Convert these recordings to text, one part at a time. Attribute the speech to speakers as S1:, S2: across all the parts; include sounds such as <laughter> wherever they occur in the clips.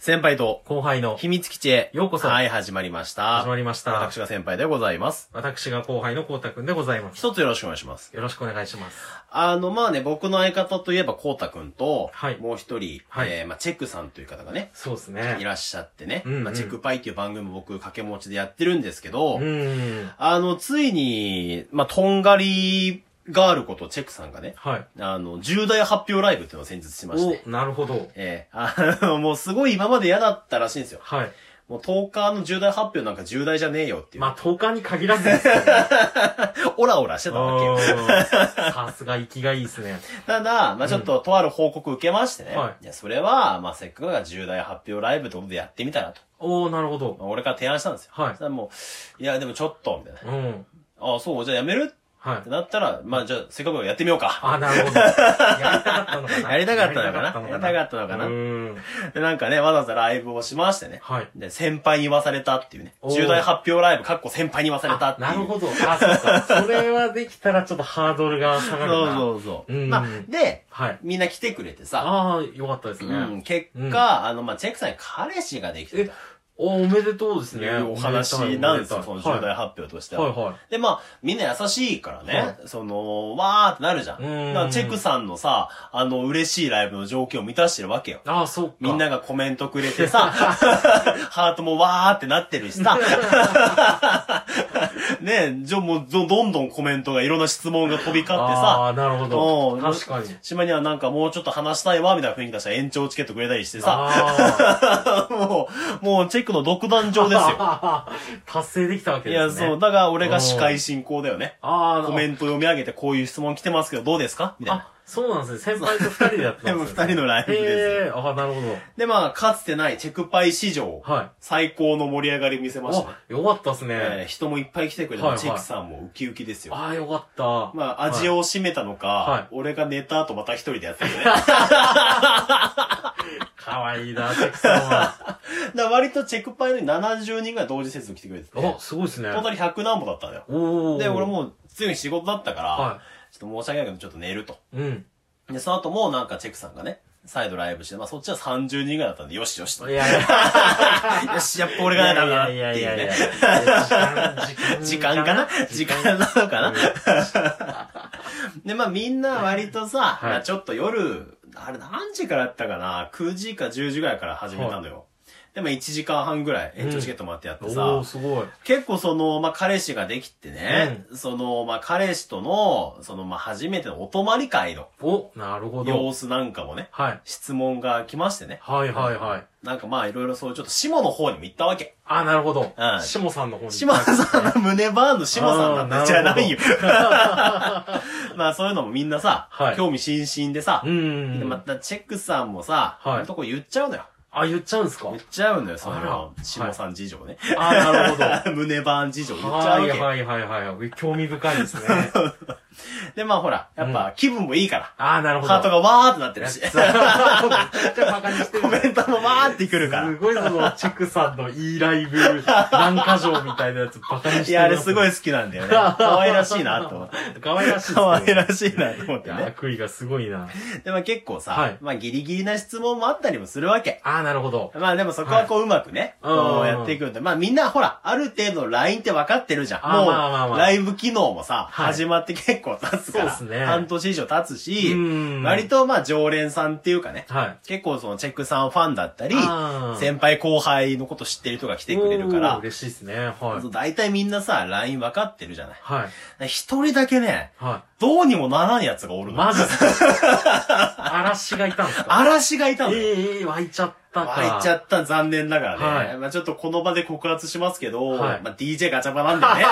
S1: 先輩と
S2: 後輩の
S1: 秘密基地へ
S2: ようこそ
S1: はい、始まりました。
S2: 始まりました
S1: 私が先輩でございます。
S2: 私が後輩のこうたくんでございます。
S1: 一つよろしくお願いします。
S2: よろしくお願いします。
S1: あの、まあね、僕の相方といえば、こうたくんと、
S2: はい
S1: もう一人、
S2: はい
S1: えー、まあ、チェックさんという方がね、
S2: そうです
S1: い
S2: ね。
S1: らっしゃってね、
S2: うんうん
S1: まあ、チェックパイっていう番組も僕、掛け持ちでやってるんですけど、
S2: うん。
S1: あの、ついに、まあ、とんがりガールことチェックさんがね、
S2: はい。
S1: あの、重大発表ライブっていうのを先日しまして、
S2: お、なるほど。
S1: えー、あの、もうすごい今まで嫌だったらしいんですよ。
S2: はい。
S1: もう10日の重大発表なんか重大じゃねえよっていう。
S2: まあ、10日に限らず <laughs> ですけどね
S1: オラオラしてたわけよ
S2: お。 <laughs> ーさすが生きがいいですね。
S1: ただ、まあちょっと、とある報告受けましてね。
S2: はい
S1: や、それは、まあせっかくだから重大発表ライブってことでやってみたらと。
S2: おー、なるほ
S1: ま
S2: ど。
S1: あ俺から提案したんですよ。
S2: はい
S1: そしたらもう、いや、でもちょっと、みたいな。
S2: うん。
S1: ああ、そう、じゃあやめる
S2: はい
S1: っ
S2: <laughs>
S1: て。なったら、まあじゃあせっかくだからやってみようか。
S2: あ、なるほど。やりたかったのかな。
S1: やりたかったのかな
S2: やりたかったのかな。
S1: やりたかったのかな
S2: うん。
S1: で、なんかね、わざわざライブをしましてね。
S2: はい。
S1: で、先輩に言わされたっていうね。
S2: おー
S1: 重大発表ライブ、かっこ先輩に言わされたっていう。
S2: なるほど。あ、そうか。それはできたらちょっとハードルが下がる
S1: そ
S2: な。
S1: うそうそう。
S2: うん
S1: まあ、で、
S2: はい。
S1: みんな来てくれてさ。
S2: ああ、よかったですね。
S1: うん、結果、
S2: うん
S1: あの、まあ、チェックさんに彼氏ができてた。
S2: お、おめでとうです
S1: と
S2: ね。
S1: いうお話なんです
S2: お
S1: よ、そ
S2: め
S1: の
S2: でたい
S1: 重大発表としては。
S2: はいはいはい。
S1: で、まあ、みんな優しいからね、
S2: はい
S1: その、わーってなるじゃん。
S2: うーん
S1: だからチェックさんのさ、あの、嬉しいライブの条件を満たしてるわけよ。
S2: ああ、そうか。
S1: みんながコメントくれて
S2: <laughs>
S1: さ、ハートもわーってなってるしさ、 <laughs> ねじゃもうど、どんどんコメントがいろんな質問が飛び交って
S2: あ
S1: さ、
S2: あ、なるほど
S1: う。ん
S2: 確かに。
S1: 島にはなんかもうちょっと話したいわ、みたいな雰囲気出したら延長チケットくれたりしてさ、
S2: あ
S1: <laughs> もう、もうチェックの独壇場ですよ。
S2: あ、 <laughs> 達成できたわけ
S1: い
S2: で
S1: や、
S2: すね。
S1: そう、だから俺が司会進行だよね。
S2: ああ、
S1: コメント読み上げてこういう質問来てますけどどうですかみたいな。
S2: あ、そうなんですね。先輩と二人でやってたんです
S1: で
S2: ね。
S1: も二人のライブです
S2: へえ、ああ、なるほど。
S1: で、まあ、かつてないチェクパイ史上、
S2: はい。
S1: 最高の盛り上がり見せましたね。
S2: あ、よかったです
S1: え
S2: ね
S1: ー。人もいっぱい来てくれ
S2: は
S1: た
S2: いはい
S1: チェクさんもウキウキですよ。
S2: ああ、よかった。
S1: まあ、味を占めたのか、
S2: はい
S1: 俺が寝た後また一人でやってるね。
S2: <laughs> かわいいな、テクさんは。
S1: だから割とチェクパイの70人ぐらい同時接続来てくれてて、 <laughs>
S2: あ、
S1: ト
S2: すごいですね。
S1: ータル100何歩だったんだよ。
S2: おお。
S1: で、俺、もう、強い仕事だったから、
S2: は
S1: ちょっと申し訳ないけど、ちょっと寝ると。
S2: い。うん。
S1: で、その後もなんかチェックさんがね、再度ライブして、まあそっちは30人ぐらいだったんで、よしよしと。
S2: い
S1: よ
S2: やい
S1: <laughs>
S2: や、
S1: し、やっぱ俺がダメだなって
S2: いやい
S1: いう
S2: やいやい
S1: ね
S2: や。。時
S1: 時
S2: <laughs> 間、
S1: 間かな時間なのかな <laughs> で、まあみんな割とさ、
S2: はい
S1: まあちょっと夜、あれ何時からやったかな ?9 時か10時ぐらいから始めたのよ。で、まあ1時間半ぐらい延長チケットもらってやってさ、
S2: おお、すごい。
S1: 結構その、まあ、彼氏ができてね、その、まあ、彼氏との、その、まあ、初めてのお泊まり会の
S2: お、なるほど。
S1: 様子なんかもね、
S2: はい。
S1: 質問が来ましてね。
S2: はいはいはい。
S1: なんかまあいろいろそういうちょっと下の方にも行ったわけ。
S2: あ、なるほど。
S1: うん
S2: しもさんの方に。
S1: 下さんの胸バーンの下さんなんてじゃないよ。 <laughs> まあそういうのもみんなさ、
S2: はい
S1: 興味津々でさ
S2: う、ん。
S1: でまたチェックさんもさ、こう
S2: はい
S1: いうとこ言っちゃうのよ。
S2: あ、言っちゃうんすか
S1: 言っちゃうのよ、そ
S2: あら
S1: の、下さん事情ね。
S2: あ、なるほど。
S1: <laughs> 胸バーン事情言っちゃう
S2: は
S1: わ
S2: い
S1: け。
S2: はいはいはい。興味深い
S1: <laughs>
S2: ですね。
S1: でまあほら、やっぱ気分もいいから、
S2: あ、なるほど。
S1: ハートがわーってなってるし、
S2: めちゃくちゃバカにして
S1: <laughs>
S2: る。
S1: コメントもわーってくるから
S2: す。ごいその、チェクさんのいいライブ、何か条みたいなやつバカにしてる。
S1: いや、あれすご
S2: い。
S1: い好きなんだよね。可愛らしいなと思
S2: <laughs>
S1: って。
S2: 可愛らしいですね。
S1: 可愛らしいなと思っ
S2: い
S1: て
S2: や
S1: ね。
S2: 悪意がすごいな。
S1: で、まあ結構さ、
S2: はい
S1: まあギリギリな質問もあったりもするわけ。
S2: あー、なるほど。
S1: まあでもそこはこううまくね、
S2: うんうんうん
S1: こうやっていくんで、まあみんなほら、ある程度 LINE って分かってるじゃん。
S2: あーまあまあ
S1: も
S2: ま
S1: う、
S2: あ
S1: ライブ機能もさ、
S2: はい
S1: 始まって結構経つから、
S2: そうっすね
S1: 半年以上経つし
S2: うん、
S1: 割とまあ常連さんっていうかね、
S2: はい。
S1: 結構そのチェックさんファンだったり
S2: あ、ー
S1: 先輩後輩のこと知ってる人が来てくれるか
S2: おー
S1: ら、
S2: 嬉しいですね。はい。
S1: 大体みんなさ、LINE 分かってるじゃない。
S2: はい。
S1: 一人だけね、
S2: は
S1: どうにもならんやつがおる
S2: い。
S1: の。
S2: マジっすか
S1: <laughs>
S2: 嵐がいたんですか
S1: 嵐がいたの。
S2: ええええ湧いちゃったか。
S1: 入っちゃ
S2: っ
S1: った、残念ながらね。
S2: はい
S1: まあちょっとこの場で告発しますけど、
S2: はい
S1: まあ DJ ガチャバなん
S2: <laughs>
S1: だよね。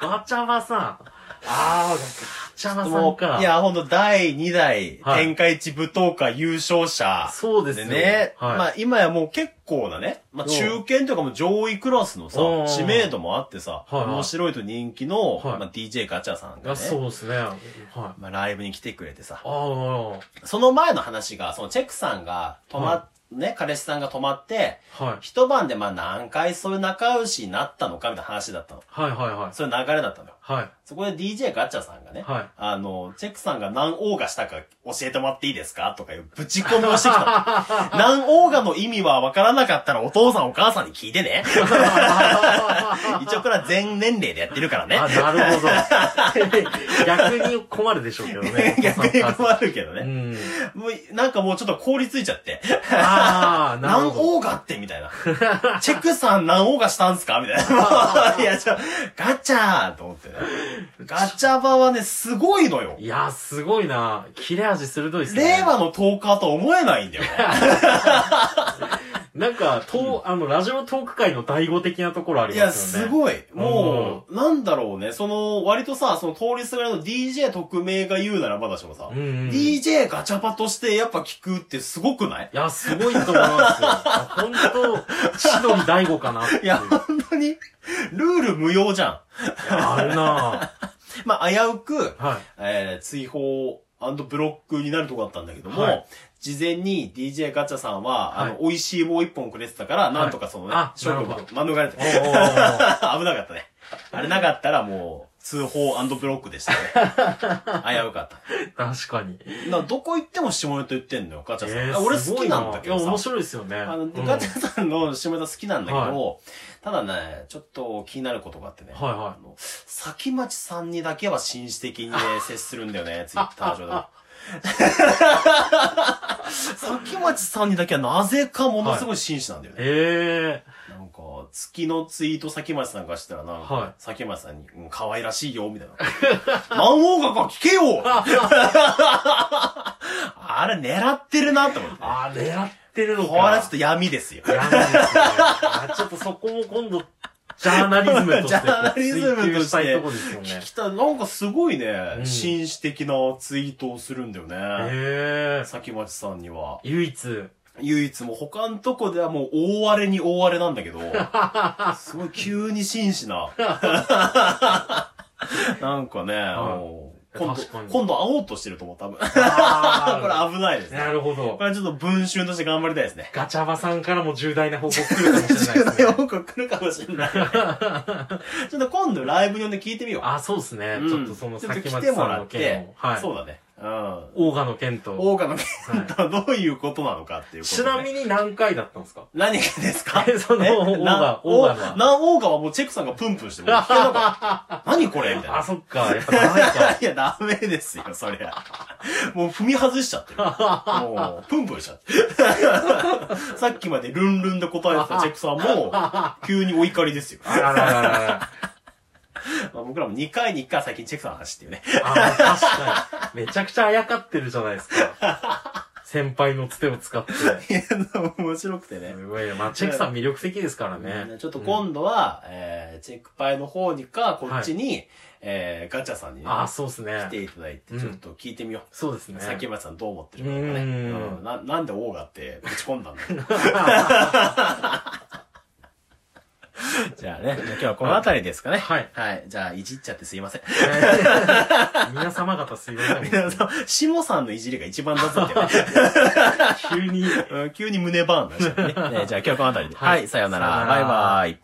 S2: た。ガチャバさん。ああ、ガチャバさんか。
S1: い、や、ほんと第2代
S2: はい
S1: 天下一舞踏会優勝者。
S2: そうです
S1: で
S2: よ
S1: ね。
S2: はい。
S1: まあ今やもう結構なね、まあ、中堅というかもう上位クラスのさ
S2: うん、
S1: 知名度もあってさ、
S2: はいはい
S1: 面白いと人気の、
S2: はい
S1: まあ、DJ ガチャさんが
S2: あそう
S1: ね、
S2: ですね。はい。あ
S1: まあ、ライブに来てくれてさ、
S2: あ、
S1: その前の話が、そのチェックさんが泊まっ、ね、彼氏さんが泊まって、
S2: はい。
S1: 一晩でまあ何回そういう仲良しになったのかみたいな話だったの。
S2: はいはいはい。
S1: そういう流れだったのよ。
S2: はい。
S1: そこで DJ ガチャさんがね、 <laughs>
S2: はい
S1: あの、チェックさんが何オーガしたか教えてもらっていいですかとかいうぶち込みをしてきた
S2: <laughs>
S1: の。何オーガの意味は分からなかったらお父さんお母さんに聞いて
S2: <laughs>
S1: ね。一応これは全年齢でやってるからね。
S2: あ、。なるほど。 <laughs> 逆に困るでしょうけどね
S1: <laughs> 逆に
S2: る。
S1: 困るけど
S2: う
S1: ね。
S2: ん。
S1: もう、なんかもうちょっと凍りついちゃって。
S2: ああ、な
S1: 何
S2: るほど。
S1: オーガってみたいな。チェックさん何オーガしたんすかみた
S2: <laughs>
S1: いな。いや、ちょ、ガチャーと思ってね。ガチャ場はね、すごいのよ。
S2: いや、すごいな。切れ味鋭いですね。
S1: 令和のトーカーとは思えないんだよね。
S2: なんか、と、あの、ラジオトーク界の醍醐的なところあり
S1: いや、
S2: ますよ
S1: す
S2: ね。
S1: ごい。もう、なんだろうね。その、割とさ、その通りすがりの DJ 特命が言うならまだしもさ、
S2: うんうん
S1: DJ ガチャパとしてやっぱ聞くってすごくない
S2: いや、すごいと思いますよ。本当千鳥大悟かなっていう。
S1: いや、本当に、ルール無用じゃん。
S2: いやあるな
S1: まあ、危うく、
S2: はい。
S1: えー、追放ブロックになるとこだったんだけども、
S2: はい
S1: 事前に DJ ガチャさんは、
S2: はい
S1: あの、美味しい棒一本くれてたから、なんとかそのね、
S2: あ
S1: 勝負
S2: な
S1: は
S2: る
S1: 免れて。
S2: おーおーお
S1: <laughs>
S2: ー
S1: 危なかったね。あれなかったらもう、通報ブロックでした
S2: <laughs>
S1: ね。危うかった。
S2: 確かに。
S1: だからどこ行っても下ネタ言ってんのよ、ガチャさん。
S2: えー
S1: 俺
S2: す
S1: 好
S2: ご
S1: き
S2: い
S1: なんだけど
S2: いや、面
S1: さ。
S2: 白いですよね。
S1: あの、
S2: うん
S1: ガチャさんの下ネタ好きなんだけど、
S2: は
S1: ただね、ちょっと気になることがあってね。
S2: はいはい
S1: あの、先町さんにだけは紳士的に
S2: <laughs>
S1: ね、接するんだよね、ツイッター上でも。先町さんにだけはなぜかものすごい紳士なんだよね。
S2: え
S1: なんか、月のツイート先町さんがしたらなんか、
S2: はい
S1: 先町さんに、うん、可愛らしいよ、みたいな。魔王がか聞けよあれ狙ってるなって思って
S2: ー、。あー、狙ってるの
S1: こ
S2: か。
S1: れはちょっと闇ですよ。
S2: やばいですね。あちょっとそこも今度、ジャーナリズムとして。
S1: ジャーナリズムとして
S2: 追求したいとこですよね
S1: 聞。きた、なんかすごいね、
S2: うん
S1: 紳士的なツイートをするんだよね。
S2: えー、
S1: 先町さんには。
S2: 唯一。
S1: 唯一もう他のとこではもう大荒れに大荒れなんだけ
S2: <laughs>
S1: ど、すごい急に紳士な。なんかね、もう今度
S2: 確かに、
S1: 今度会おうとしてると思う、多分。こ
S2: <laughs> あ
S1: れ危ないです
S2: ー
S1: ね。
S2: なるほど
S1: こ。れはちょっと文春として頑張りたいですね。
S2: ガチャバさんからも重大な報告来るかもし
S1: 重
S2: れない
S1: <laughs>
S2: で
S1: 大
S2: すね。
S1: 報告来るかもしれない。ちょっと今度ライブに呼んで聞いてみよう。
S2: <laughs> あ、そうですね。ちょっとその
S1: ちょっと
S2: 先
S1: 来
S2: 町
S1: ても
S2: さん
S1: ら
S2: の
S1: っ
S2: 件
S1: て
S2: を。、はい。
S1: そうだね。うん。
S2: オーガの件と。
S1: オーガの件とはどういうことなのかっていうこと、ね。
S2: ちなみに何回だったんですか
S1: 何がですか
S2: えその
S1: え
S2: オーガ
S1: な
S2: オーガは
S1: おなオーガはもうチェックさんがプンプンして、もう聞けなかった何これみたい
S2: あ、 <laughs>
S1: な。
S2: そっか。やっぱ長いか。
S1: いや、ダメですよ、そりゃ。もう踏み外しちゃってる。もう、プンプンしちゃってる。さっきまでルンルンで答えてたチェックさんも、急にお怒りですよ。
S2: あららららら。
S1: まあ僕らも2回に1回最近チェックさんの話っていうね。
S2: あー確かに。めちゃくちゃあやかってるじゃないですか。先輩のつてを使って。
S1: いや、面白くてね。
S2: すごい。まあ、チェックさん魅力的ですからね。
S1: ちょっと今度は、えーチェックパイの方にか、こっちに、えーガチャさんにね、
S2: ああ、そうです
S1: 来て
S2: ね。
S1: いただいて、
S2: うん
S1: ちょっと聞いてみよう。
S2: そうですね。
S1: 先松さんどう思ってるのかね。う
S2: う
S1: んんななんでオーガってぶち込んだんだろう <laughs> じゃあね、今日はこの辺りですかね。
S2: はい
S1: はい。じゃあ、いじっちゃってすいません。
S2: <laughs>
S1: <laughs>
S2: 皆様方すいません。
S1: 皆さん、下さんのいじりが一番雑だった <laughs> よね。
S2: 急に。
S1: <laughs> うん急に胸バーンになっちゃったね。ねじゃあ今日はこの辺りで。
S2: はい
S1: はい、さような
S2: さよ
S1: ら。
S2: うな
S1: バイ
S2: ら
S1: バイ。